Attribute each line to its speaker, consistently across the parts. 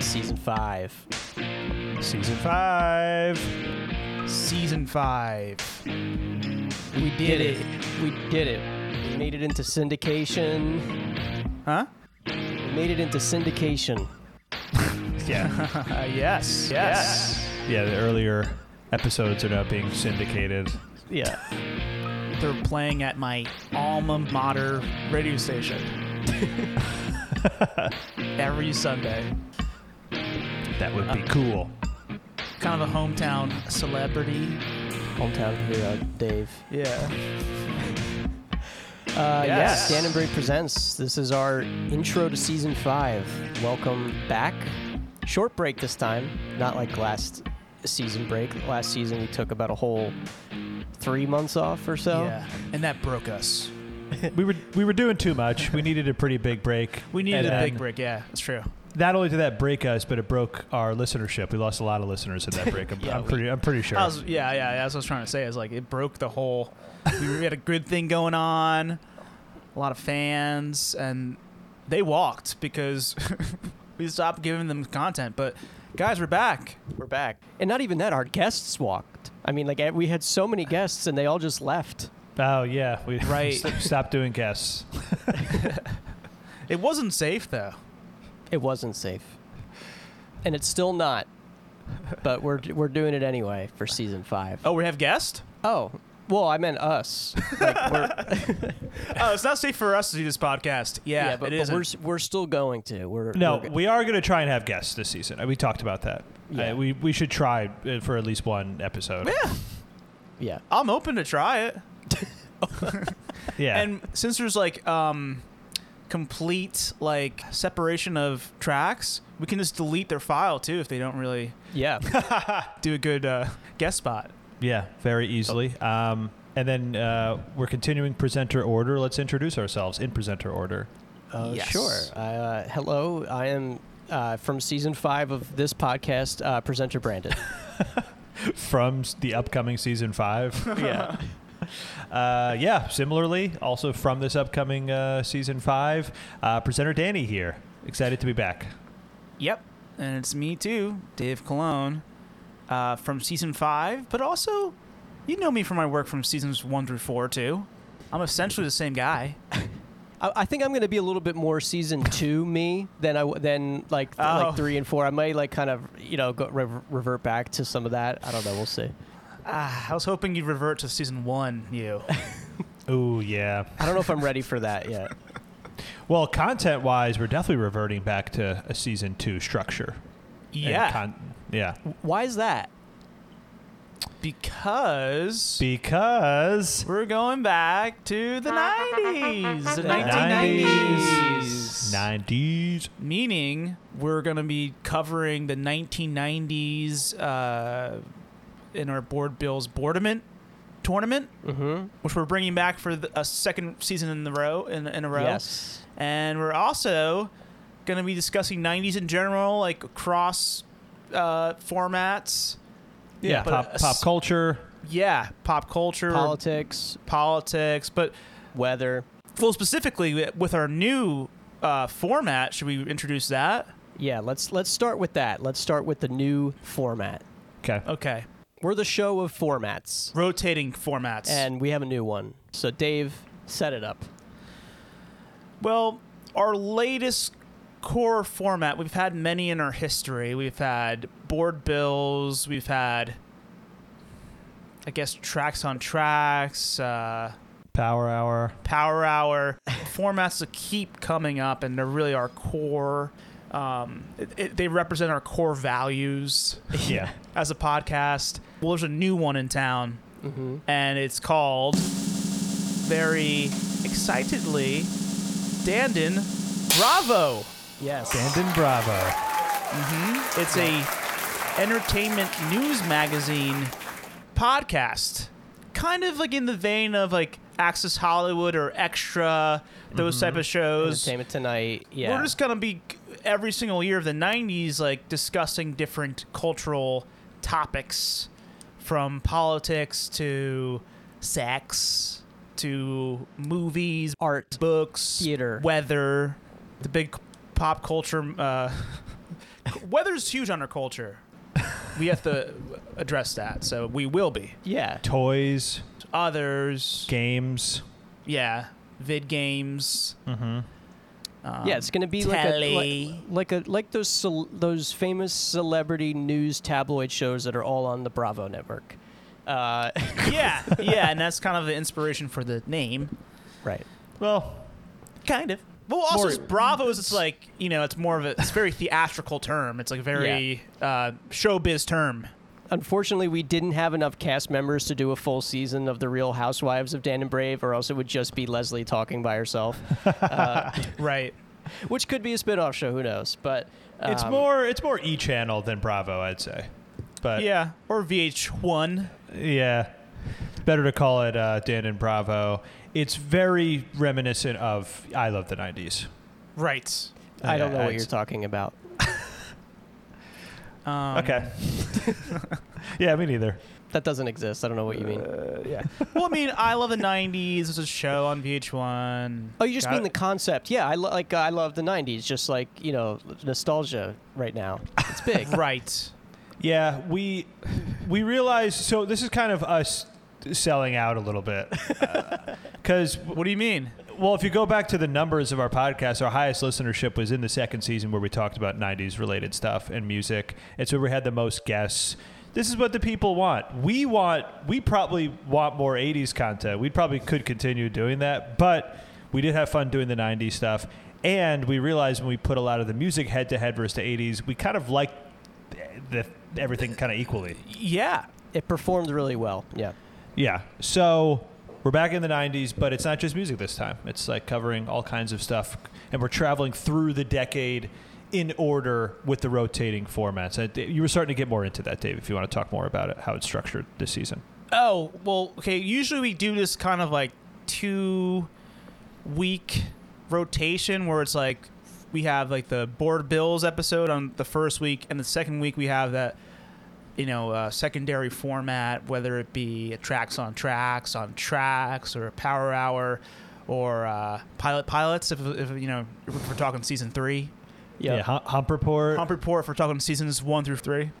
Speaker 1: Season 5.
Speaker 2: Season five. Season five.
Speaker 1: We did, it. We did it. We made it into syndication.
Speaker 2: Huh?
Speaker 1: We made it into syndication.
Speaker 2: Yeah. yes. Yes. Yeah, the earlier episodes are now being syndicated.
Speaker 1: Yeah.
Speaker 3: They're playing at my alma mater radio station every Sunday.
Speaker 2: That would be cool.
Speaker 3: Kind of a hometown celebrity.
Speaker 1: Hometown hero, Dave.
Speaker 3: Yeah.
Speaker 1: Uh, Yeah,
Speaker 2: Yes.
Speaker 1: Dan and Bray presents. This is our intro to season five. Welcome back. Short break this time, not like last season break. Last season we took about a whole three months off or so.
Speaker 3: Yeah. And that broke us.
Speaker 2: we were we were doing too much. We needed a pretty big break.
Speaker 3: We needed
Speaker 2: And
Speaker 3: a big
Speaker 2: then
Speaker 3: break. Yeah, that's true.
Speaker 2: Not only did that break us, but it broke our listenership. We lost a lot of listeners in that break. I'm,
Speaker 1: Yeah,
Speaker 2: I'm
Speaker 1: we-
Speaker 2: pretty I'm pretty sure.
Speaker 3: I was, yeah, yeah, that's what I was trying to say. Is like it broke the whole. We were- we had a good thing going on, a lot of fans, and they walked because we stopped giving them content. But guys, we're back.
Speaker 1: We're back. And not even that, our guests walked. I mean, like eh, we had so many guests and they all just left.
Speaker 2: oh yeah, we
Speaker 3: Right.
Speaker 2: stopped doing guests.
Speaker 3: It wasn't safe though.
Speaker 1: It wasn't safe. And it's still not. But we're we're doing it anyway for season 5.
Speaker 3: Oh, we have guests.
Speaker 1: Oh, well, I meant us. Like we're
Speaker 3: Oh, it's not safe for us to do this podcast. Yeah,
Speaker 1: yeah, but,
Speaker 3: it
Speaker 1: but we're
Speaker 3: isn't.
Speaker 1: s- we're still going to. We're
Speaker 2: No,
Speaker 1: we're,
Speaker 2: we are going to try and have guests this season. Uh, We talked about that.
Speaker 1: Yeah.
Speaker 2: Uh, we we should try uh, for at least one episode. Yeah,
Speaker 1: yeah.
Speaker 3: I'm open to try it.
Speaker 2: yeah.
Speaker 3: And since there's like um, complete like separation of tracks, we can just delete their file too if they don't really
Speaker 1: Yeah.
Speaker 3: do a good uh, guest spot.
Speaker 2: Yeah, very easily. Um, and then uh, we're continuing presenter order. Let's introduce ourselves in presenter order.
Speaker 1: Uh,
Speaker 3: Yes.
Speaker 1: Sure. Uh, hello, I am uh, from season 5 of this podcast, uh, presenter Brandon.
Speaker 2: From s- the upcoming season five.
Speaker 1: yeah.
Speaker 2: Uh, yeah, similarly, also from this upcoming uh, season five, uh, presenter Danny here. Excited to be back.
Speaker 3: Yep. And it's me too, Dave Cologne, uh, from season five, but also you know me from my work from seasons one through four too. I'm essentially the same guy.
Speaker 1: I, I think I'm going to be a little bit more season two me than I w- than like th-
Speaker 3: Oh.
Speaker 1: like three and four. I might like kind of you know go, re- revert back to some of that. I don't know. We'll see.
Speaker 3: Ah, I was hoping you'd revert to season one, you.
Speaker 2: Ooh, yeah.
Speaker 1: I don't know if I'm ready for that yet.
Speaker 2: Well, content wise, we're definitely reverting back to a season two structure. And
Speaker 3: yeah.
Speaker 2: con- yeah.
Speaker 1: Why is that?
Speaker 3: Because
Speaker 2: Because
Speaker 3: we're going back to the 90s. The
Speaker 2: 90s.
Speaker 3: 1990s.
Speaker 2: 90s.
Speaker 3: Meaning we're going to be covering the 1990s uh, in our Board Bills Boardament tournament,
Speaker 1: Mm-hmm.
Speaker 3: which we're bringing back for the, a second season in the row in, in a row.
Speaker 1: Yes.
Speaker 3: And we're also going to be discussing 90s in general, like across uh, formats.
Speaker 2: Yeah,
Speaker 3: but
Speaker 2: pop,
Speaker 3: a s-
Speaker 2: pop culture.
Speaker 3: Yeah, pop culture,
Speaker 1: Politics,
Speaker 3: politics, but
Speaker 1: weather.
Speaker 3: well, specifically with our new uh, format, should we introduce that?
Speaker 1: Yeah. Let's let's start with that. Let's start with the new format.
Speaker 2: Okay.
Speaker 3: Okay,
Speaker 1: We're the show of formats,
Speaker 3: rotating formats.
Speaker 1: and we have a new one. So Dave, set it up.
Speaker 3: well, our latest core format, we've had many in our history. We've had board bills. We've had, I guess, tracks on tracks. Uh,
Speaker 2: Power hour.
Speaker 3: Power Hour formats that keep coming up, and they're really our core. Um, it, it, they represent our core values
Speaker 2: Yeah.
Speaker 3: as a podcast. Well, there's a new one in town, and it's called very excitedly Dandon Bravo.
Speaker 1: Yes.
Speaker 2: Brandon Bravo.
Speaker 3: It's a entertainment news magazine podcast, kind of like in the vein of like Access Hollywood or Extra, those type of shows.
Speaker 1: Entertainment Tonight. Yeah.
Speaker 3: We're just gonna be every single year of the '90s, like discussing different cultural topics, from politics to sex to movies,
Speaker 1: art.
Speaker 3: books,
Speaker 1: Theater.
Speaker 3: weather, the big pop culture uh, Weather's huge on our culture. We have to address that, so we will be.
Speaker 1: Yeah.
Speaker 2: Toys,
Speaker 3: Others,
Speaker 2: games.
Speaker 3: yeah, vid games.
Speaker 2: Mm-hmm.
Speaker 3: Um,
Speaker 1: Yeah, it's going to be like a,
Speaker 3: telly.
Speaker 1: like, like a like those cel- those famous celebrity news tabloid shows that are all on the Bravo network. Uh,
Speaker 3: yeah, yeah, and that's kind of the inspiration for the name,
Speaker 1: right.
Speaker 2: Well,
Speaker 3: kind of. Well, also
Speaker 1: More-
Speaker 3: it's Bravo's. It's like you know, it's more of a it's a very theatrical term. It's like a very uh, showbiz term.
Speaker 1: Unfortunately, we didn't have enough cast members to do a full season of The Real Housewives of Dan and Brave, or else it would just be Leslie talking by herself,
Speaker 3: Right.
Speaker 1: which could be a spinoff show. Who knows? But
Speaker 2: it's
Speaker 1: um,
Speaker 2: more it's more E Channel than Bravo, I'd say. But yeah,
Speaker 3: Yeah. Or VH1.
Speaker 2: it's better to call it uh, Dan and Bravo. It's very reminiscent of I Love the '90s.
Speaker 3: Right.
Speaker 1: I don't know
Speaker 2: Yeah,
Speaker 1: what you're
Speaker 2: it's-
Speaker 1: talking about.
Speaker 3: Um,
Speaker 2: Okay. yeah, me neither.
Speaker 1: That doesn't exist. I don't know what you
Speaker 2: Uh,
Speaker 1: mean.
Speaker 2: yeah.
Speaker 3: well, I mean, I love the '90s. It's a show on VH1.
Speaker 1: Oh, you just
Speaker 3: Got
Speaker 1: mean the
Speaker 3: it.
Speaker 1: concept? Yeah, I lo- like I love the '90s, just like you know nostalgia right now. It's big.
Speaker 3: right?
Speaker 2: Yeah, we we realized. So this is kind of us selling out a little bit uh, because
Speaker 3: What do you mean?
Speaker 2: Well, if you go back to the numbers of our podcast, our highest listenership was in the second season where we talked about 90s related stuff and music. And so we had the most guests. This is what the people want. We want, we probably want more 80s content. We probably could continue doing that, but we did have fun doing the 90s stuff. And we realized when we put a lot of the music head to head versus the 80s, we kind of liked the, everything kind of equally.
Speaker 3: Yeah.
Speaker 1: It performed really well. Yeah.
Speaker 2: Yeah. So we're back in the 90s, but it's not just music this time. It's like covering all kinds of stuff. And we're traveling through the decade in order with the rotating formats. I- You were starting to get more into that, Dave, if you want to talk more about it, how it's structured this season.
Speaker 3: Oh well. Okay. Usually we do this kind of like two week rotation where it's like we have like the board bills episode on the first week, and the second week we have that you know uh, secondary format, whether it be a tracks on tracks on tracks or a power hour or uh, pilot pilots. If, if you know if we're talking season three,
Speaker 1: Yeah.
Speaker 2: Yeah. Hu- Hump Report.
Speaker 3: Pump Report. If we're talking seasons one through three,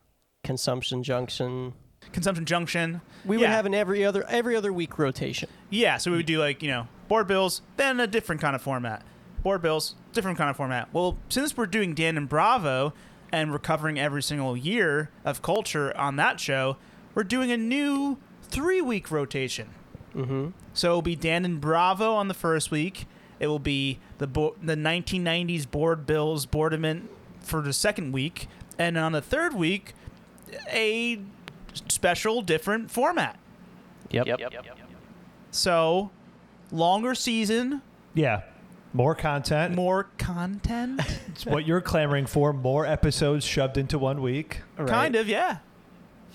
Speaker 1: Consumption Junction.
Speaker 3: Consumption Junction.
Speaker 1: We would
Speaker 3: Yeah.
Speaker 1: have an every other every other week rotation.
Speaker 3: Yeah, so we would do like, you know, board bills, then a different kind of format. Board bills, different kind of format. Well, since we're doing Dan and Bravo and we're covering every single year of culture on that show, we're doing a new three week rotation.
Speaker 1: Mm-hmm.
Speaker 3: So it'll be Dan and Bravo on the first week. It will be the bo- the 1990s board bills boardament for the second week, and on the third week, a special different format.
Speaker 1: Yep.
Speaker 3: So, longer season,
Speaker 2: Yeah. More content.
Speaker 3: more content.
Speaker 2: It's what you're clamoring for. More episodes shoved into one week.
Speaker 3: Kind of, yeah.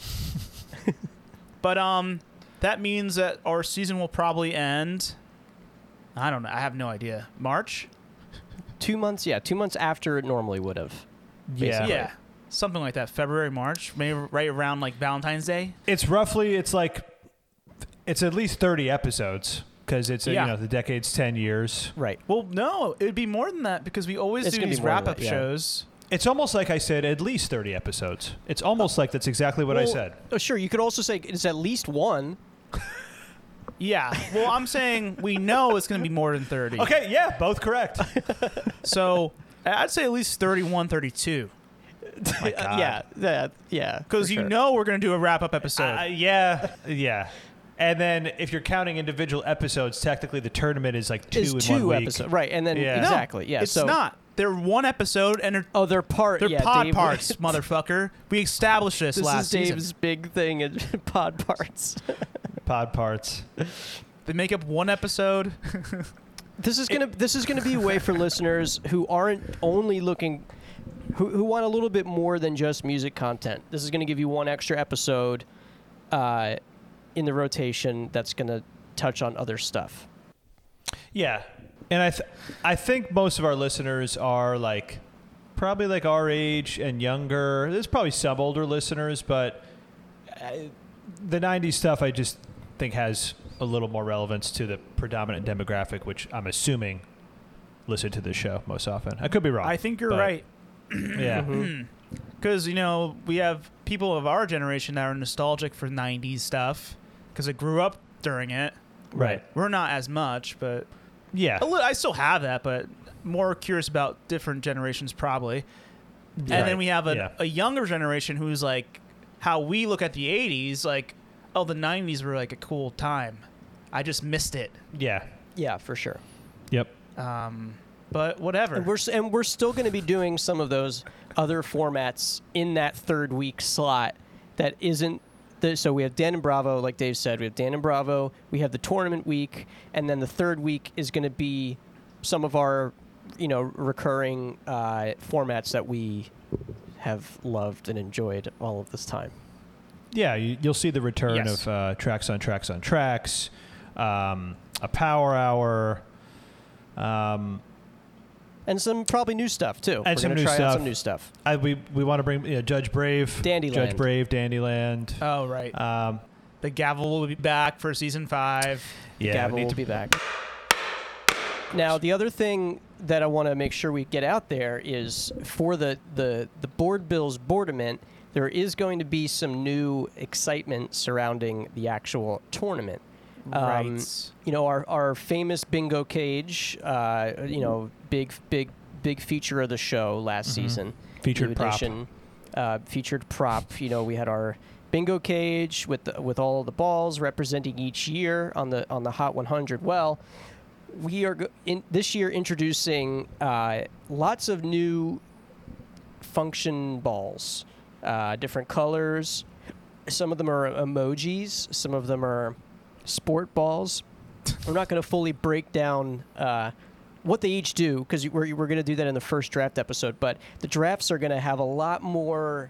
Speaker 3: but um, that means that our season will probably end. I don't know. I have no idea. March.
Speaker 1: Two months. Yeah. Two months after it normally would have.
Speaker 2: Yeah.
Speaker 1: Basically.
Speaker 3: yeah. Something like that, February, March, maybe right around like Valentine's Day.
Speaker 2: It's roughly, it's like, it's at least 30 episodes because it's, uh,
Speaker 3: Yeah.
Speaker 2: you know, the decade's 10 years.
Speaker 1: Right.
Speaker 3: Well, no, it would be more than that because we always
Speaker 1: It's
Speaker 3: do
Speaker 1: gonna be
Speaker 3: these
Speaker 1: more than
Speaker 3: wrap up
Speaker 1: that, yeah.
Speaker 3: shows.
Speaker 2: It's almost like I said at least 30 episodes. It's almost like that's exactly what I
Speaker 1: Well,
Speaker 2: said.
Speaker 1: Oh, sure. You could also say it's at least one.
Speaker 3: Yeah. Well, I'm saying we know it's going to be more than 30.
Speaker 2: Okay, yeah, both correct.
Speaker 3: So I'd say at least 31, 32.
Speaker 2: My God.
Speaker 1: Uh, yeah. That. Yeah.
Speaker 3: Because
Speaker 1: for
Speaker 3: you
Speaker 1: sure.
Speaker 3: know we're going to do a wrap up episode.
Speaker 2: Uh, yeah, yeah. And then if you're counting individual episodes, technically the tournament is like two
Speaker 1: It's
Speaker 2: in
Speaker 1: two
Speaker 2: one
Speaker 1: episodes.
Speaker 2: week.
Speaker 1: Right. And then
Speaker 2: Yeah.
Speaker 3: No,
Speaker 1: exactly. Yeah.
Speaker 3: It's
Speaker 1: so
Speaker 3: not. They're one episode and they're,
Speaker 1: Oh, they're part.
Speaker 3: they're
Speaker 1: yeah,
Speaker 3: pod
Speaker 1: Dave-
Speaker 3: parts, motherfucker. We established this,
Speaker 1: This
Speaker 3: last
Speaker 1: is Dave's
Speaker 3: season.
Speaker 1: big thing in pod parts.
Speaker 2: Pod parts.
Speaker 3: They make up one episode.
Speaker 1: This is gonna this is gonna be a way for listeners who aren't only looking who, who want a little bit more than just music content. This is gonna give you one extra episode uh, in the rotation that's gonna touch on other stuff.
Speaker 2: Yeah, and I, th- I think most of our listeners are like, probably like our age and younger. There's probably some older listeners, but uh, the '90s stuff I just think has a little more relevance to the predominant demographic, which I'm assuming listen to this show most often. I could be wrong.
Speaker 3: I think you're Mm-hmm.
Speaker 2: but-
Speaker 3: right.
Speaker 2: Yeah.
Speaker 3: because you know we have people of our generation that are nostalgic for '90s stuff because I grew up during it.
Speaker 2: Right.
Speaker 3: We're not as much, but
Speaker 2: Yeah.
Speaker 3: a li- I still have that, but more curious about different generations probably. And then we have a,
Speaker 2: Yeah.
Speaker 3: a younger generation who's like how we look at the 80s like oh the 90s were like a cool time. I just missed it.
Speaker 2: Yeah.
Speaker 1: Yeah, for sure.
Speaker 2: Yep.
Speaker 3: Um, but whatever.
Speaker 1: And we're s- and we're still going to be doing some of those other formats in that third week slot that isn't. The, so we have Dan and Bravo, like Dave said, we have Dan and Bravo. We have the tournament week, and then the third week is going to be some of our, you know, recurring uh, formats that we have loved and enjoyed all of this time.
Speaker 2: Yeah, you, you'll see the return
Speaker 3: Yes.
Speaker 2: of uh, tracks on tracks on tracks, um, a power hour, um,
Speaker 1: And some probably new stuff too. We're
Speaker 2: And some
Speaker 1: gonna
Speaker 2: new
Speaker 1: try out
Speaker 2: stuff.
Speaker 1: some new stuff.
Speaker 2: I, we we want to bring yeah, Judge Brave,
Speaker 1: Dandyland.
Speaker 2: Judge Brave, Dandyland.
Speaker 3: oh right.
Speaker 1: Uh,
Speaker 2: Um,
Speaker 3: the gavel will be back for season 5.
Speaker 2: yeah, we
Speaker 1: Gavel
Speaker 2: need
Speaker 1: will
Speaker 2: to-
Speaker 1: be back. Now, the other thing that I want to make sure we get out there is for the, the, the board bills boardament, there is going to be some new excitement surrounding the actual tournament. Um,
Speaker 3: right.
Speaker 1: you know our, our famous bingo cage uh, you know big big big feature of the show last season
Speaker 2: Mm-hmm. Featured
Speaker 1: New
Speaker 2: prop.
Speaker 1: edition, uh, featured prop you know we had our bingo cage with the, with all the balls representing each year on the on the hot 100 well we are go- in this year introducing uh, lots of new function balls uh, different colors some of them are emojis some of them are sport balls i'm not going to fully break down uh, what they each do because we're, we're going to do that in the first draft episode but the drafts are going to have a lot more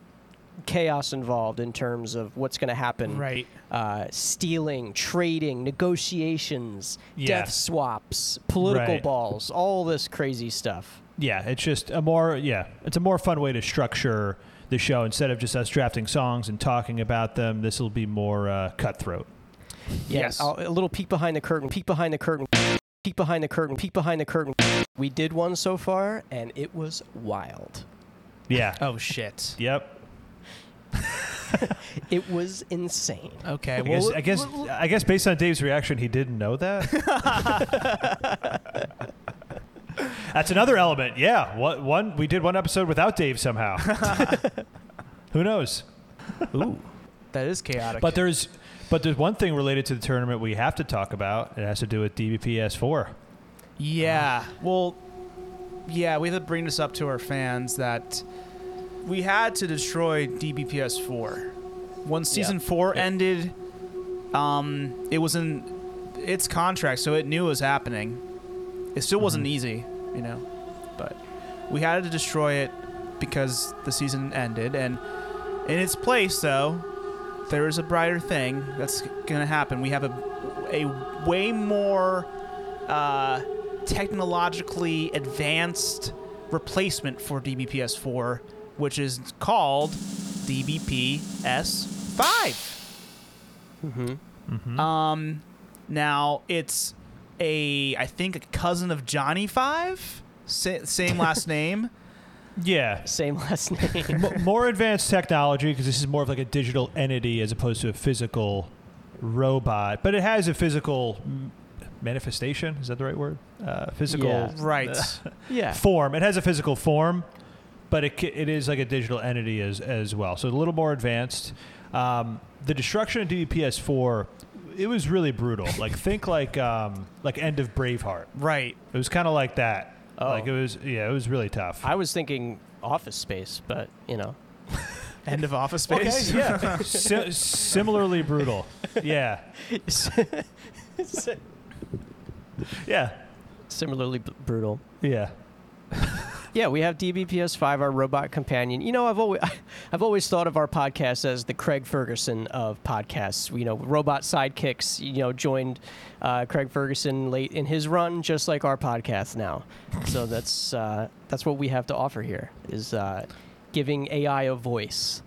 Speaker 1: chaos involved in terms of what's going to happen
Speaker 3: Right.
Speaker 1: uh, stealing, trading, negotiations,
Speaker 2: Yeah.
Speaker 1: death swaps, political
Speaker 2: Right.
Speaker 1: balls, all this crazy stuff.
Speaker 2: Yeah, it's just a more yeah, it's a more fun way to structure the show instead of just us drafting songs and talking about them. This will be more uh, cutthroat.
Speaker 1: Yeah,
Speaker 3: Yes.
Speaker 1: I'll- a little peek behind the curtain, peek behind the curtain, peek behind the curtain, peek behind the curtain. We did one so far, and it was wild.
Speaker 2: Yeah.
Speaker 3: Oh shit.
Speaker 2: Yep.
Speaker 1: It was insane.
Speaker 3: Okay.
Speaker 2: I
Speaker 3: Well,
Speaker 2: guess, I guess I guess based on Dave's reaction, he didn't know that. That's another element. Yeah, what one we did one episode without Dave somehow. Who knows?
Speaker 3: that is chaotic.
Speaker 2: But there's but there's one thing related to the tournament we have to talk about. It has to do with DBPS four.
Speaker 3: Yeah. Well, yeah, we have to bring this up to our fans that we had to destroy DBPS 4. Once
Speaker 1: Yeah.
Speaker 3: season 4
Speaker 2: Yeah.
Speaker 3: ended, um, it was in its contract, so it knew it was happening. It still wasn't easy, you know, but we had to destroy it because the season ended. And in its place, though, there is a brighter thing that's going to happen. We have a, a way more uh, technologically advanced replacement for DBPS4, which is called DBPS5. Mm-hmm.
Speaker 1: Mm-hmm.
Speaker 2: Mm-hmm.
Speaker 3: Um, now it's a I think a cousin of Johnny Five, sa- same last name.
Speaker 2: Yeah.
Speaker 1: Same last name.
Speaker 2: M- more advanced technology because this is more of like a digital entity as opposed to a physical robot, but it has a physical m- manifestation. Is that the right word? Uh, physical
Speaker 1: Yeah.
Speaker 3: Right.
Speaker 1: yeah.
Speaker 2: form. It has a physical form, but it, ca- it is like a digital entity as as well. So a little more advanced. Um, the destruction of DPS four, it was really brutal. like think like um, like end of Braveheart.
Speaker 3: right.
Speaker 2: It was kind of like that.
Speaker 1: Oh.
Speaker 2: Like it was yeah, it was really tough.
Speaker 1: I was thinking office space, but you know.
Speaker 3: End of office
Speaker 2: Okay,
Speaker 3: space.
Speaker 2: yeah. Si- similarly brutal. Yeah. Yeah.
Speaker 1: Similarly b- brutal.
Speaker 2: Yeah.
Speaker 1: Yeah, we have DBPS five, our robot companion. You know, I've always I've always thought of our podcast as the Craig Ferguson of podcasts. You know, robot sidekicks. You know, joined uh, Craig Ferguson late in his run, just like our podcast now. so that's uh, that's what we have to offer here is uh, giving AI a voice.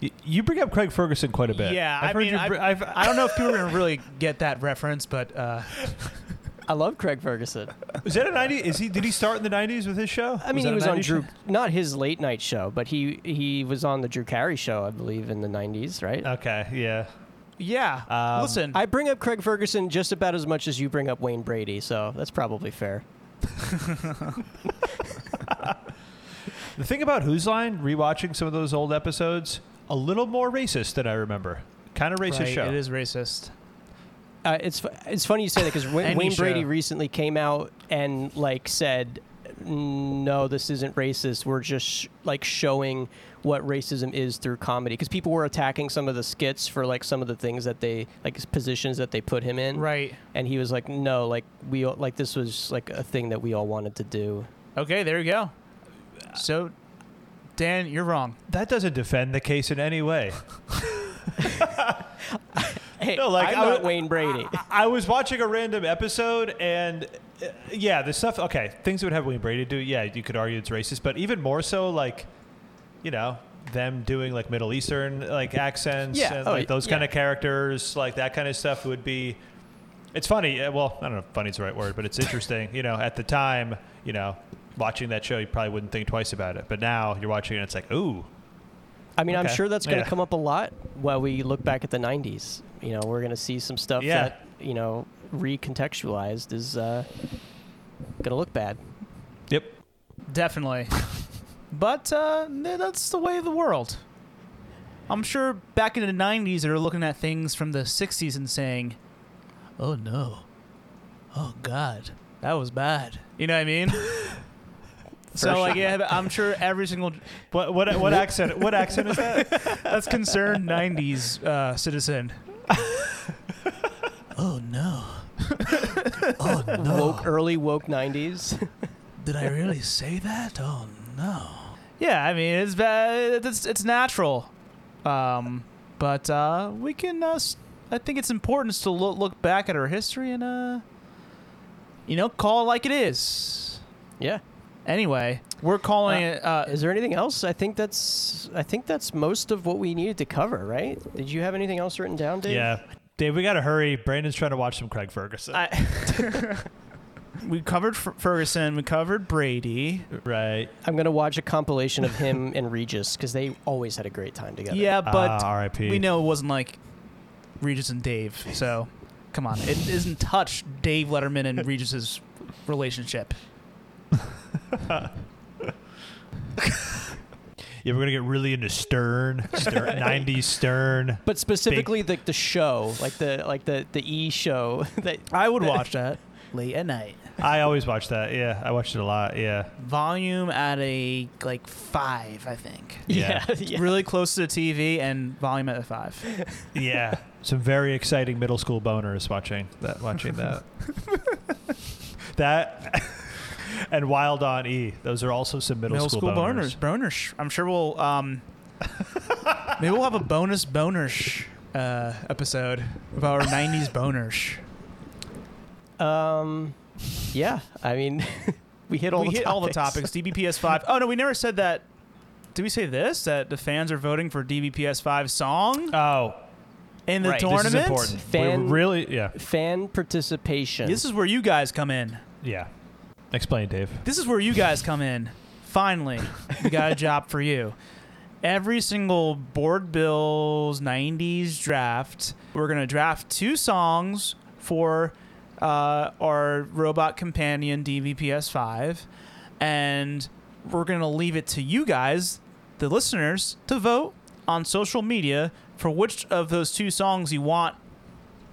Speaker 2: Y- You bring up Craig Ferguson quite a bit.
Speaker 3: Yeah,
Speaker 2: I've
Speaker 3: I
Speaker 2: heard
Speaker 3: mean,
Speaker 2: you.
Speaker 3: I-
Speaker 2: br- I've,
Speaker 3: I don't know if people are gonna really get that reference, but uh,
Speaker 1: I love Craig Ferguson.
Speaker 2: Is that a ninety? Is he? Did he start in the nineties with his show?
Speaker 1: I mean,
Speaker 2: that
Speaker 1: he
Speaker 2: a
Speaker 1: was on
Speaker 2: 90s
Speaker 1: Drew,
Speaker 2: show?
Speaker 1: not his late night show, but he he was on the Drew Carey show, I believe, in the '90s, right?
Speaker 2: Okay, yeah.
Speaker 3: Yeah.
Speaker 2: Um,
Speaker 3: Listen,
Speaker 1: I bring up Craig Ferguson just about as much as you bring up Wayne Brady, so that's probably fair.
Speaker 2: The thing about Who's Line, rewatching some of those old episodes, a little more racist than I remember. Kind of racist
Speaker 3: right,
Speaker 2: show.
Speaker 3: It is racist.
Speaker 1: Uh, it's fu- it's funny you say that because
Speaker 3: Any
Speaker 1: Wayne, Wayne Brady
Speaker 3: show.
Speaker 1: recently came out and like said, "No, this isn't racist. We're just sh- like showing what racism is through comedy." Because people were attacking some of the skits for like some of the things that they like his positions that they put him in,
Speaker 3: Right.
Speaker 1: and he was like, "No, like we all, like this was like a thing that we all wanted to do."
Speaker 3: Okay, there you go. So, Dan, you're wrong.
Speaker 2: That doesn't defend the case in any way.
Speaker 1: Hey,
Speaker 2: No, like,
Speaker 1: I'm
Speaker 2: I
Speaker 1: not
Speaker 2: would-
Speaker 1: Wayne Brady.
Speaker 2: I was watching a random episode, and uh, yeah, the stuff. Okay, things that would have Wayne Brady do. Yeah, you could argue it's racist, but even more so, like, you know, them doing like Middle Eastern like accents
Speaker 1: Yeah,
Speaker 2: and
Speaker 1: oh,
Speaker 2: like those
Speaker 1: yeah.
Speaker 2: kind of characters, like that kind of stuff would be. It's funny. uh, Well, I don't know if funny is the right word, but it's interesting. you know, at the time, you know, watching that show, you probably wouldn't think twice about it, but now you're watching it, and it's like, ooh,
Speaker 1: I mean, I'm
Speaker 2: Okay.
Speaker 1: sure that's going to
Speaker 2: Yeah.
Speaker 1: come up a lot while we look back at the '90s. You know, we're going to see some stuff
Speaker 2: Yeah.
Speaker 1: that you know recontextualized is uh, going to look bad.
Speaker 2: yep,
Speaker 3: Definitely. but uh, th- that's the way of the world. I'm sure back in the 90s, they were looking at things from the 60s and saying, oh no. Oh God. That was bad. You know what I mean? so, like, yeah, I'm sure every single.
Speaker 2: What what what accent? What accent is that?
Speaker 3: That's concerned 90s uh, citizen. oh no. oh
Speaker 1: Woke early woke '90s.
Speaker 3: Did I really say that? Oh no. Yeah, I mean it's ba- it's it's natural, um, but uh, we can. Uh, s- I think it's important to look look back at our history and uh, you know, call it like it is.
Speaker 1: yeah.
Speaker 3: Anyway, we're calling it. Uh,
Speaker 1: Is there anything else? I think that's I think that's most of what we needed to cover. Right? Did you have anything else written down, Dave?
Speaker 2: Yeah, Dave, we gotta hurry. Brandon's trying to watch some Craig Ferguson.
Speaker 3: I, uh, we covered Fer- Ferguson. We covered Brady.
Speaker 2: right.
Speaker 1: I'm gonna watch a compilation of him and Regis because they always had a great time together.
Speaker 3: Yeah, but
Speaker 2: Ah, R.I.P.
Speaker 3: we know it wasn't like Regis and Dave. So, come on, it isn't touch Dave Letterman and Regis's relationship.
Speaker 2: Yeah, we're gonna get really into Stern, Stern '90s Stern.
Speaker 1: But specifically, like the, show, like the like the the E show that
Speaker 3: I would watch that late at night.
Speaker 2: I always watch that. Yeah, I watched it a lot. Yeah,
Speaker 3: Volume at a like five, I think.
Speaker 2: Yeah.
Speaker 1: yeah. yeah.
Speaker 3: Really close to the TV and volume at a five.
Speaker 2: yeah. some very exciting middle school boners watching that. Watching that. that. And Wild on E. Those are also some middle, boners.
Speaker 3: boners. Boners. I'm sure we'll um, maybe we'll have a bonus boners uh, episode of our '90s boners.
Speaker 1: Um, yeah. I mean, we hit all
Speaker 3: we
Speaker 1: the
Speaker 3: hit
Speaker 1: topics.
Speaker 3: all the topics. DBPS five. Oh no, we never said that. Did we say this? That the fans are voting for DBPS five song
Speaker 2: Oh,
Speaker 3: in the
Speaker 1: Uh, Right, this is
Speaker 3: tournament.
Speaker 2: this is important.
Speaker 1: Fan-
Speaker 2: we really, yeah,
Speaker 1: Fan participation.
Speaker 3: This is where you guys come in.
Speaker 2: yeah. Explain, Dave.
Speaker 3: This is where you guys come in. Finally, we got a job for you. Every single Board Bills 90s draft, we're going to draft two songs for uh, our robot companion DVPS5. And we're going to leave it to you guys, the listeners, to vote on social media for which of those two songs you want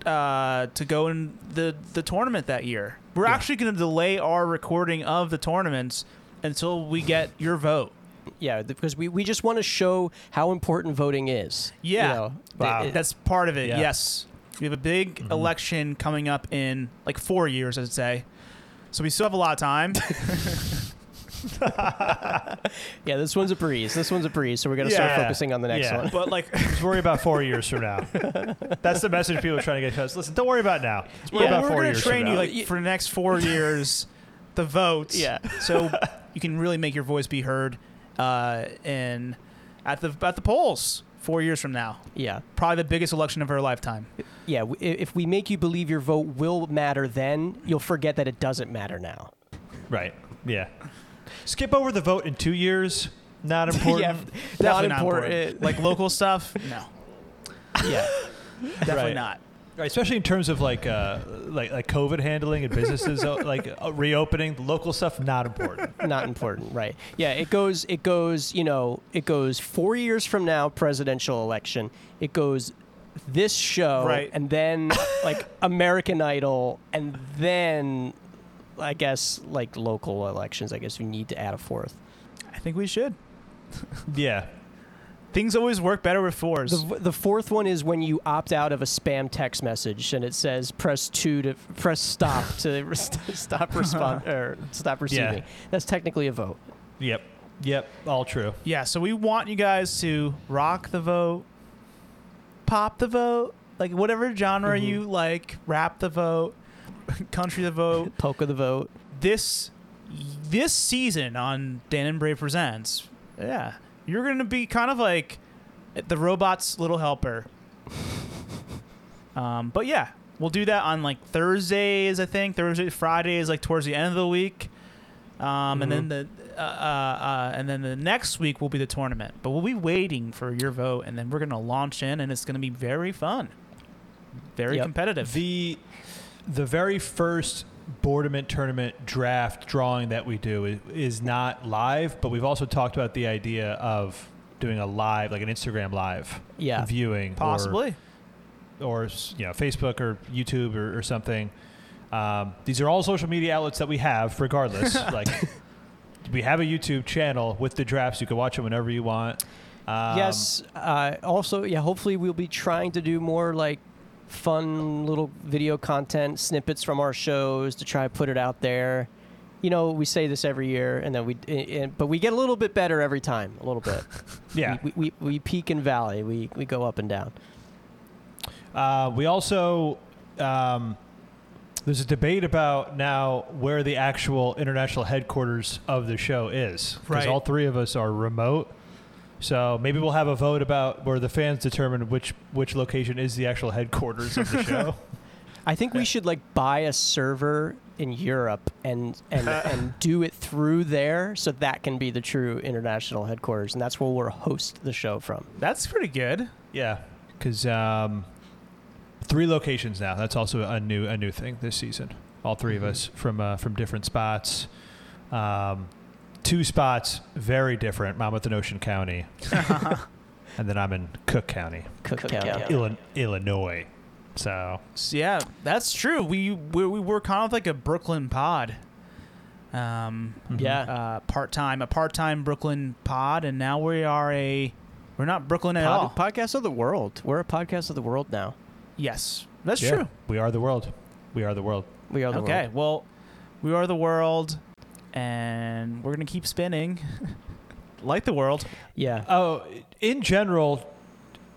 Speaker 3: uh, to go in the the tournament that year. We're actually going to delay our recording of the tournaments until we get your vote.
Speaker 1: yeah, th- because we, we just want to show how important voting is. you
Speaker 3: Yeah.
Speaker 1: know.
Speaker 2: Wow.
Speaker 1: It- it-
Speaker 3: That's part of it.
Speaker 2: Yeah. Mm-hmm.
Speaker 3: Yes, we have a big election coming up in like four years, I'd say. So we still have a lot of time.
Speaker 1: yeah, this one's a breeze. This one's a breeze. So we're gonna start
Speaker 2: Yeah.
Speaker 1: focusing on the next
Speaker 2: Yeah.
Speaker 1: one.
Speaker 3: but like,
Speaker 2: Just worry about four years from now. That's the message people are trying to get to us. Listen, don't worry about now. Just worry
Speaker 1: Yeah.
Speaker 2: about
Speaker 3: we're
Speaker 2: four
Speaker 3: going to
Speaker 2: years
Speaker 3: train
Speaker 2: from
Speaker 3: you
Speaker 2: now.
Speaker 3: like for the next four years, the votes.
Speaker 1: Yeah.
Speaker 3: So you can really make your voice be heard, uh, in at the at the polls four years from now.
Speaker 1: Yeah.
Speaker 3: Probably the biggest election of her lifetime.
Speaker 1: Yeah. w- i- If we make you believe your vote will matter then, you'll forget that it doesn't matter now.
Speaker 2: Right. Yeah. Skip over the vote in two years. Not important.
Speaker 3: Definitely
Speaker 1: not important.
Speaker 3: Like local stuff, no,
Speaker 1: yeah.
Speaker 3: definitely
Speaker 2: Right.
Speaker 3: not.
Speaker 2: Right, especially in terms of like uh, like like COVID handling and businesses uh, like uh, reopening. The local stuff not important.
Speaker 1: Not important, right? Yeah, it goes. It goes. You know, it goes four years from now, presidential election. It goes this show,
Speaker 3: Right.
Speaker 1: And then like American Idol, and then I guess like local elections. I guess we need to add a fourth.
Speaker 3: I think we should.
Speaker 2: Yeah.
Speaker 3: Things always work better with fours.
Speaker 1: The, the fourth one is when you opt out of a spam text message and it says press two to press stop to re- stop respond or stop receiving. That's technically a vote.
Speaker 2: Yep. Yep. All true.
Speaker 3: yeah, so we want you guys to rock the vote, pop the vote, like whatever genre
Speaker 1: Mhm.
Speaker 3: you like, rap the vote, country the vote.
Speaker 1: Poke of the vote.
Speaker 3: this this season on Dan and Brave Presents, yeah, you're gonna be kind of like the robot's little helper. um, but yeah, we'll do that on like Thursdays, I think. Thursday, Fridays, like towards the end of the week, um, and then the uh, uh, uh, and then the next week will be the tournament. But we'll be waiting for your vote, and then we're gonna launch in, and it's gonna be very fun, very
Speaker 1: Yep.
Speaker 3: competitive.
Speaker 2: The the very first Boardament tournament draft drawing that we do is, is not live, but we've also talked about the idea of doing a live, like an Instagram live
Speaker 1: Yeah.
Speaker 2: viewing, or-
Speaker 3: Possibly.
Speaker 2: or you know Facebook or YouTube or, or something. Um, these are all social media outlets that we have, regardless. like we have a YouTube channel with the drafts. You can watch them whenever you want. Um,
Speaker 1: yes. Uh, also, yeah. Hopefully, we'll be trying to do more like fun little video content snippets from our shows to try to put it out there. You know, we say this every year, and then we, and- but we get a little bit better every time. A little bit.
Speaker 2: Yeah.
Speaker 1: We, we, we, we peak and valley. We we go up and down.
Speaker 2: Uh, we also um, there's a debate about now where the actual international headquarters of the show is because
Speaker 3: Right.
Speaker 2: all three of us are remote. So maybe we'll have a vote about where the fans determine which which location is the actual headquarters of the show.
Speaker 1: I think we should like buy a server in Europe and and, and do it through there so that can be the true international headquarters and that's where we'll host the show from.
Speaker 3: That's pretty good.
Speaker 2: Yeah, because um, three locations now. That's also a new a new thing this season. All 3 of us from uh, from different spots. Um, two spots very different. Monmouth and Ocean County, and then I'm in Cook County,
Speaker 1: Cook,
Speaker 4: Cook
Speaker 1: County.
Speaker 4: County.
Speaker 2: Illinois. Illinois. So
Speaker 3: So, Yeah, that's true. We we, we were kind of like a Brooklyn pod, um,
Speaker 2: Mm-hmm.
Speaker 1: Yeah.
Speaker 3: uh, part time, a part time Brooklyn pod, and now we are a we're not Brooklyn at all.
Speaker 1: Pod, podcast of the world. We're a podcast of the world now.
Speaker 3: yes, that's
Speaker 2: yeah,
Speaker 3: true.
Speaker 2: We are the world. We are the world.
Speaker 1: We are the
Speaker 3: Okay,
Speaker 1: world.
Speaker 3: well, we are the world, and we're gonna keep spinning like the world.
Speaker 1: Yeah.
Speaker 2: Oh, in general,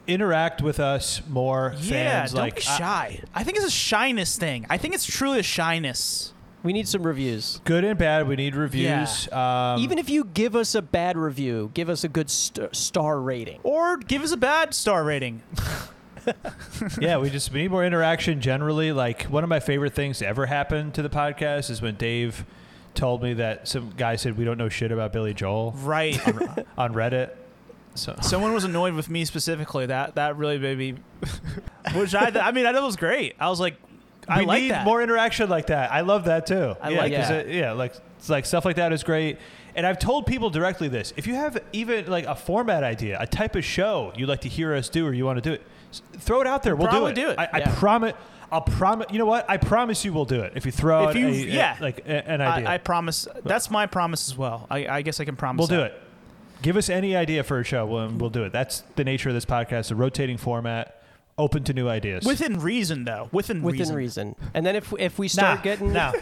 Speaker 2: interact with us more.
Speaker 3: yeah,
Speaker 2: fans
Speaker 3: don't
Speaker 2: like
Speaker 3: be shy. I think it's a shyness thing. I think it's truly a shyness.
Speaker 1: We need some reviews.
Speaker 2: good and bad. We need reviews. Um,
Speaker 1: Even if you give us a bad review, give us a good st- star rating.
Speaker 3: Or give us a bad star rating.
Speaker 2: yeah, we just we need more interaction generally. Like one of my favorite things to ever happen to the podcast is when Dave told me that some guy said we don't know shit about Billy Joel
Speaker 3: Right.
Speaker 2: on Reddit. So
Speaker 3: Someone was annoyed with me specifically. That that really made me. Which I I mean I thought it was great. I was like, I
Speaker 2: we
Speaker 3: like
Speaker 2: need
Speaker 3: that.
Speaker 2: more interaction like that. I love that too.
Speaker 1: I
Speaker 2: yeah,
Speaker 1: like
Speaker 2: 'cause
Speaker 1: that.
Speaker 2: It, yeah, like it's like stuff like that is great. And I've told people directly this: if you have even like a format idea, a type of show you'd like to hear us do, or you want to do it, s- throw it out there. We'll
Speaker 3: Probably
Speaker 2: do it.
Speaker 3: do it,
Speaker 2: I,
Speaker 1: yeah.
Speaker 2: I promise. I'll promise. You know what? I promise you, we'll do it if you
Speaker 3: If
Speaker 2: throw out
Speaker 3: you-
Speaker 2: a- a-
Speaker 3: yeah.
Speaker 2: like a- an idea.
Speaker 3: I, I promise. That's my promise as well. I, I guess I can promise.
Speaker 2: We'll do
Speaker 3: that.
Speaker 2: it. Give us any idea for a show. We'll, we'll do it. That's the nature of this podcast: a rotating format, open to new ideas.
Speaker 3: within reason, though. Within,
Speaker 1: Within reason. And then if if we
Speaker 2: nah,
Speaker 1: start getting
Speaker 2: nah.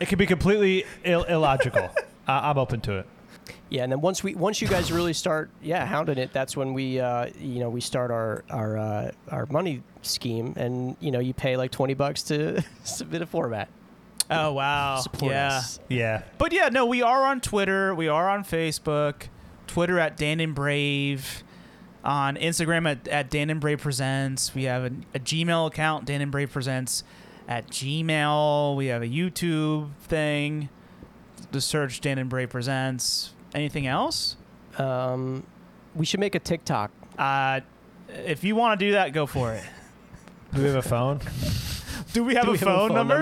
Speaker 2: it could be completely Ill- illogical. I- I'm open to it.
Speaker 1: Yeah, and then once we once you guys really start yeah hounding it, that's when we uh, you know we start our our uh, our money scheme, and you know you pay like twenty bucks to submit a format.
Speaker 3: Oh wow.
Speaker 1: Support
Speaker 3: yeah.
Speaker 1: us.
Speaker 2: Yeah,
Speaker 3: But yeah, no, we are on Twitter. We are on Facebook. Twitter at Dan and Brave. on Instagram at, at Dan and Brave Presents. We have a, a Gmail account, Dan and Brave Presents at Gmail. We have a YouTube thing. Just search Dan and Brave Presents. Anything else?
Speaker 1: Um, we should make a TikTok.
Speaker 3: Uh, if you want to do that, go for it.
Speaker 2: Do we have a phone?
Speaker 3: Do we have,
Speaker 1: Do
Speaker 3: a,
Speaker 1: we have
Speaker 3: phone number?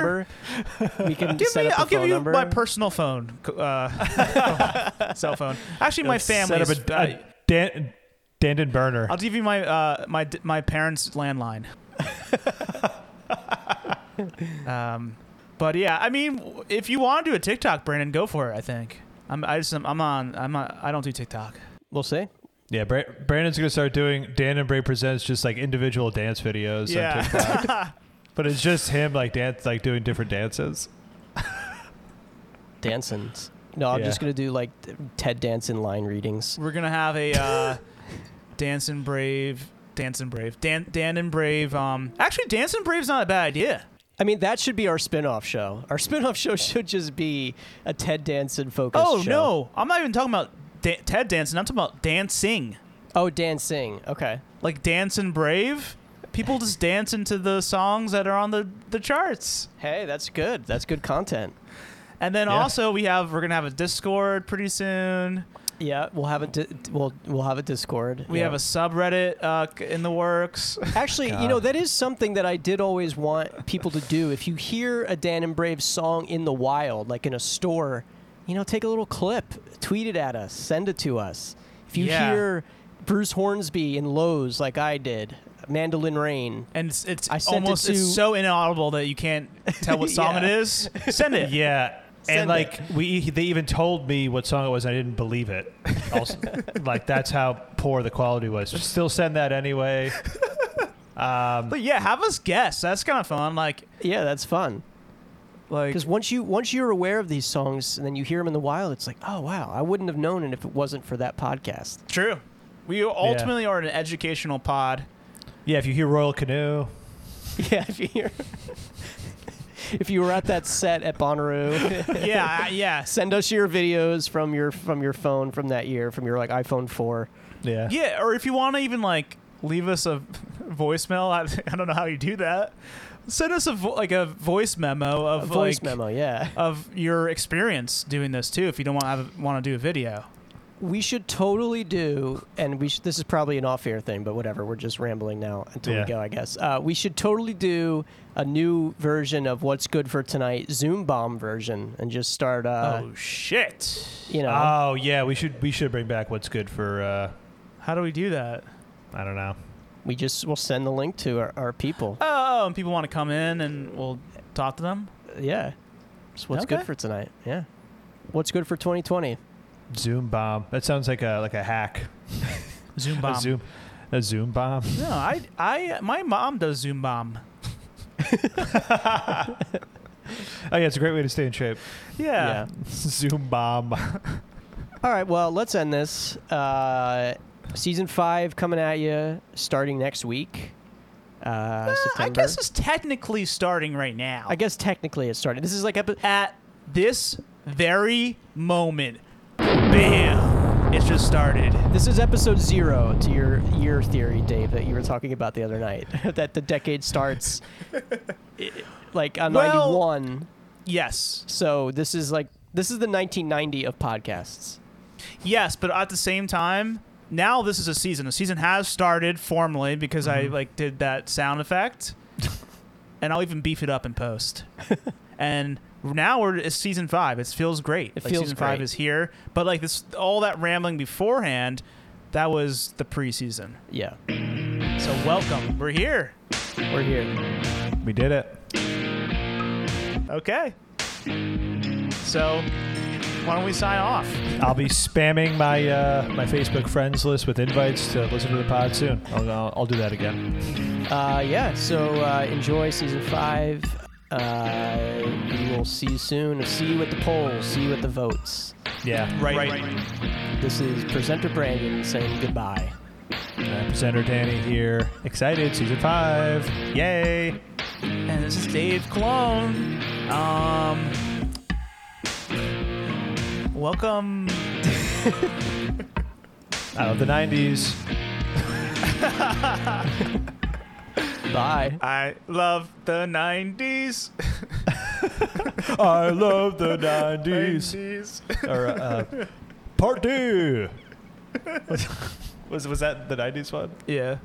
Speaker 1: number? we can
Speaker 3: Give
Speaker 1: set
Speaker 3: me,
Speaker 1: up a
Speaker 3: I'll give
Speaker 1: phone
Speaker 3: you
Speaker 1: number.
Speaker 3: my personal phone, c- uh, cell phone. Actually, my family.
Speaker 2: Set up a, a Dan, Danden burner.
Speaker 3: I'll give you my uh, my d- my parents' landline. um, but yeah, I mean, if you want to do a TikTok, Brandon, go for it. I think I'm I just I'm on I'm on, I don't do TikTok.
Speaker 1: we'll see.
Speaker 2: yeah, Bra- Brandon's gonna start doing Dan and Bray presents just like individual dance videos. On TikTok. but it's just him like dance, like doing different dances.
Speaker 1: Dansons. No, I'm
Speaker 2: Yeah.
Speaker 1: just gonna do like t- Ted Danson line readings.
Speaker 3: we're gonna have a uh, dance and brave, dance and brave, Dan Dan and brave. Um, actually, dance and brave's not a bad idea.
Speaker 1: I mean, that should be our spin-off show. Our spin-off show should just be a Ted Danson focused
Speaker 3: Oh
Speaker 1: show.
Speaker 3: no, I'm not even talking about da- Ted dancing. I'm talking about dancing,
Speaker 1: Oh, dancing. Okay.
Speaker 3: like dance and brave. People just dance into the songs that are on the the charts.
Speaker 1: Hey, that's good. That's good content.
Speaker 3: And then
Speaker 2: Yeah.
Speaker 3: also we have we're gonna have a Discord pretty soon.
Speaker 1: Yeah, we'll have a di- we'll we'll have a Discord.
Speaker 3: We
Speaker 1: Yeah.
Speaker 3: have a subreddit uh, c- in the works.
Speaker 1: Actually, you
Speaker 2: God.
Speaker 1: know, that is something that I did always want people to do. If you hear a Dan and Brave song in the wild, like in a store, you know, take a little clip, tweet it at us, send it to us. If you
Speaker 3: Yeah.
Speaker 1: hear Bruce Hornsby in Lowe's, like I did, Mandolin Rain,
Speaker 3: And it's, it's
Speaker 1: I sent it
Speaker 3: almost
Speaker 1: to-
Speaker 3: it's so inaudible that you can't tell what song
Speaker 1: Yeah.
Speaker 3: it is. Send it.
Speaker 2: Yeah.
Speaker 1: Send
Speaker 2: and like we, they even told me what song it was. And I didn't believe it. Also, like that's how poor the quality was. Still send that anyway. Um,
Speaker 3: But yeah, have us guess. That's kind of fun. Like
Speaker 1: yeah, that's fun.
Speaker 3: like
Speaker 1: Because once you once you're aware of these songs and then you hear them in the wild, it's like, oh wow, I wouldn't have known it if it wasn't for that podcast.
Speaker 3: true. We ultimately are an educational pod.
Speaker 2: yeah, if you hear Royal Canoe,
Speaker 1: Yeah, if you hear, if you were at that set at Bonnaroo.
Speaker 3: yeah, I- yeah.
Speaker 1: send us your videos from your from your phone from that year from your like iphone 4
Speaker 2: yeah,
Speaker 3: Yeah, or if you want to even like leave us a voicemail, I, I don't know how you do that. Send us a vo- like a voice memo of
Speaker 1: voice
Speaker 3: like,
Speaker 1: memo yeah
Speaker 3: of your experience doing this too if you don't want to have, want to do a video
Speaker 1: we should totally do and we should this is probably an off-air thing but whatever we're just rambling now until
Speaker 2: Yeah.
Speaker 1: we go i guess uh, we should totally do a new version of what's good for tonight zoom bomb version and just start uh,
Speaker 3: oh shit
Speaker 1: you know
Speaker 2: Oh yeah, we should we should bring back what's good for uh,
Speaker 3: how do we do that
Speaker 2: I don't know.
Speaker 1: we just will send the link to our, our people
Speaker 3: oh and people want to come in and we'll talk to them
Speaker 1: yeah it's what's
Speaker 3: Okay.
Speaker 1: good for tonight yeah what's good for 2020
Speaker 2: Zoom bomb. That sounds like a like a hack.
Speaker 3: zoom
Speaker 2: A
Speaker 3: bomb
Speaker 2: zoom a zoom bomb.
Speaker 3: no i i my mom does zoom bomb
Speaker 2: Oh yeah, it's a great way to stay in shape.
Speaker 3: yeah,
Speaker 2: zoom bomb.
Speaker 1: All right, well, let's end this. Uh, season five coming at you starting next week. Uh, September.
Speaker 3: Eh, i guess it's technically starting right now
Speaker 1: I guess technically it started. This is like epi-
Speaker 3: at this very moment bam it just started
Speaker 1: this is episode zero to your year theory, Dave, that you were talking about the other night. that the decade starts i- like on
Speaker 3: Well-
Speaker 1: ninety one.
Speaker 3: yes
Speaker 1: So this is like this is the nineteen ninety of podcasts.
Speaker 3: Yes, but at the same time, now this is a season. The season has started formally because
Speaker 1: Mm-hmm.
Speaker 3: I like did that sound effect, and I'll even beef it up in post. and now we're it's season five. It feels great.
Speaker 1: It
Speaker 3: Like,
Speaker 1: feels
Speaker 3: season five
Speaker 1: great.
Speaker 3: is here. But like this, all that rambling beforehand, that was the preseason.
Speaker 1: Yeah,
Speaker 3: So welcome, we're here.
Speaker 1: we're here.
Speaker 2: we did it.
Speaker 3: Okay. So why don't we sign off?
Speaker 2: I'll be spamming my uh, my Facebook friends list with invites to listen to the pod soon. I'll, I'll, I'll do that again.
Speaker 1: Uh, yeah, so uh, enjoy season five. Uh, we will see you soon. See you at the polls. See you at the votes.
Speaker 2: Yeah.
Speaker 3: Right.
Speaker 1: This is presenter Brandon saying goodbye.
Speaker 2: Uh, presenter Danny here. Excited. Season five. Yay.
Speaker 3: And this is Dave Clone. Um, welcome.
Speaker 2: Out of the 90s.
Speaker 1: Bye.
Speaker 3: I love the 90s.
Speaker 2: I love the 90s.
Speaker 3: 90s.
Speaker 2: or, uh, part two. was, was that the 90s one?
Speaker 3: Yeah.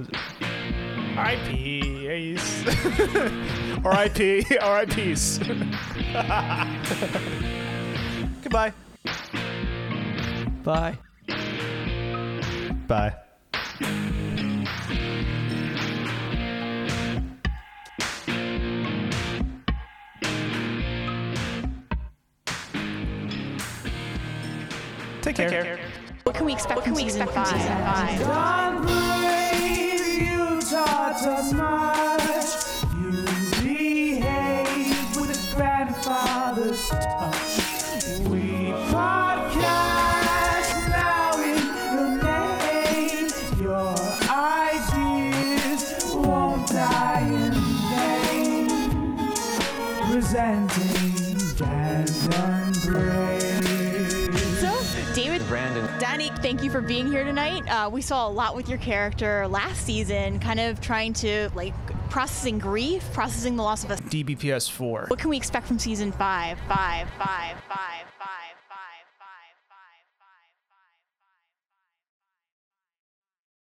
Speaker 3: R.I.P. Ace. R.I.P. R.I.P.'s. Goodbye.
Speaker 1: Bye.
Speaker 2: Bye.
Speaker 3: Take care.
Speaker 4: What can we expect from season five? So, David,
Speaker 5: Brandon.
Speaker 4: Danny, thank you for being here tonight. Uh, we saw a lot with your character last season, kind of trying to like processing grief, processing the loss of a.
Speaker 3: DBPS 4.
Speaker 4: What can we expect from season five? Five, five, five.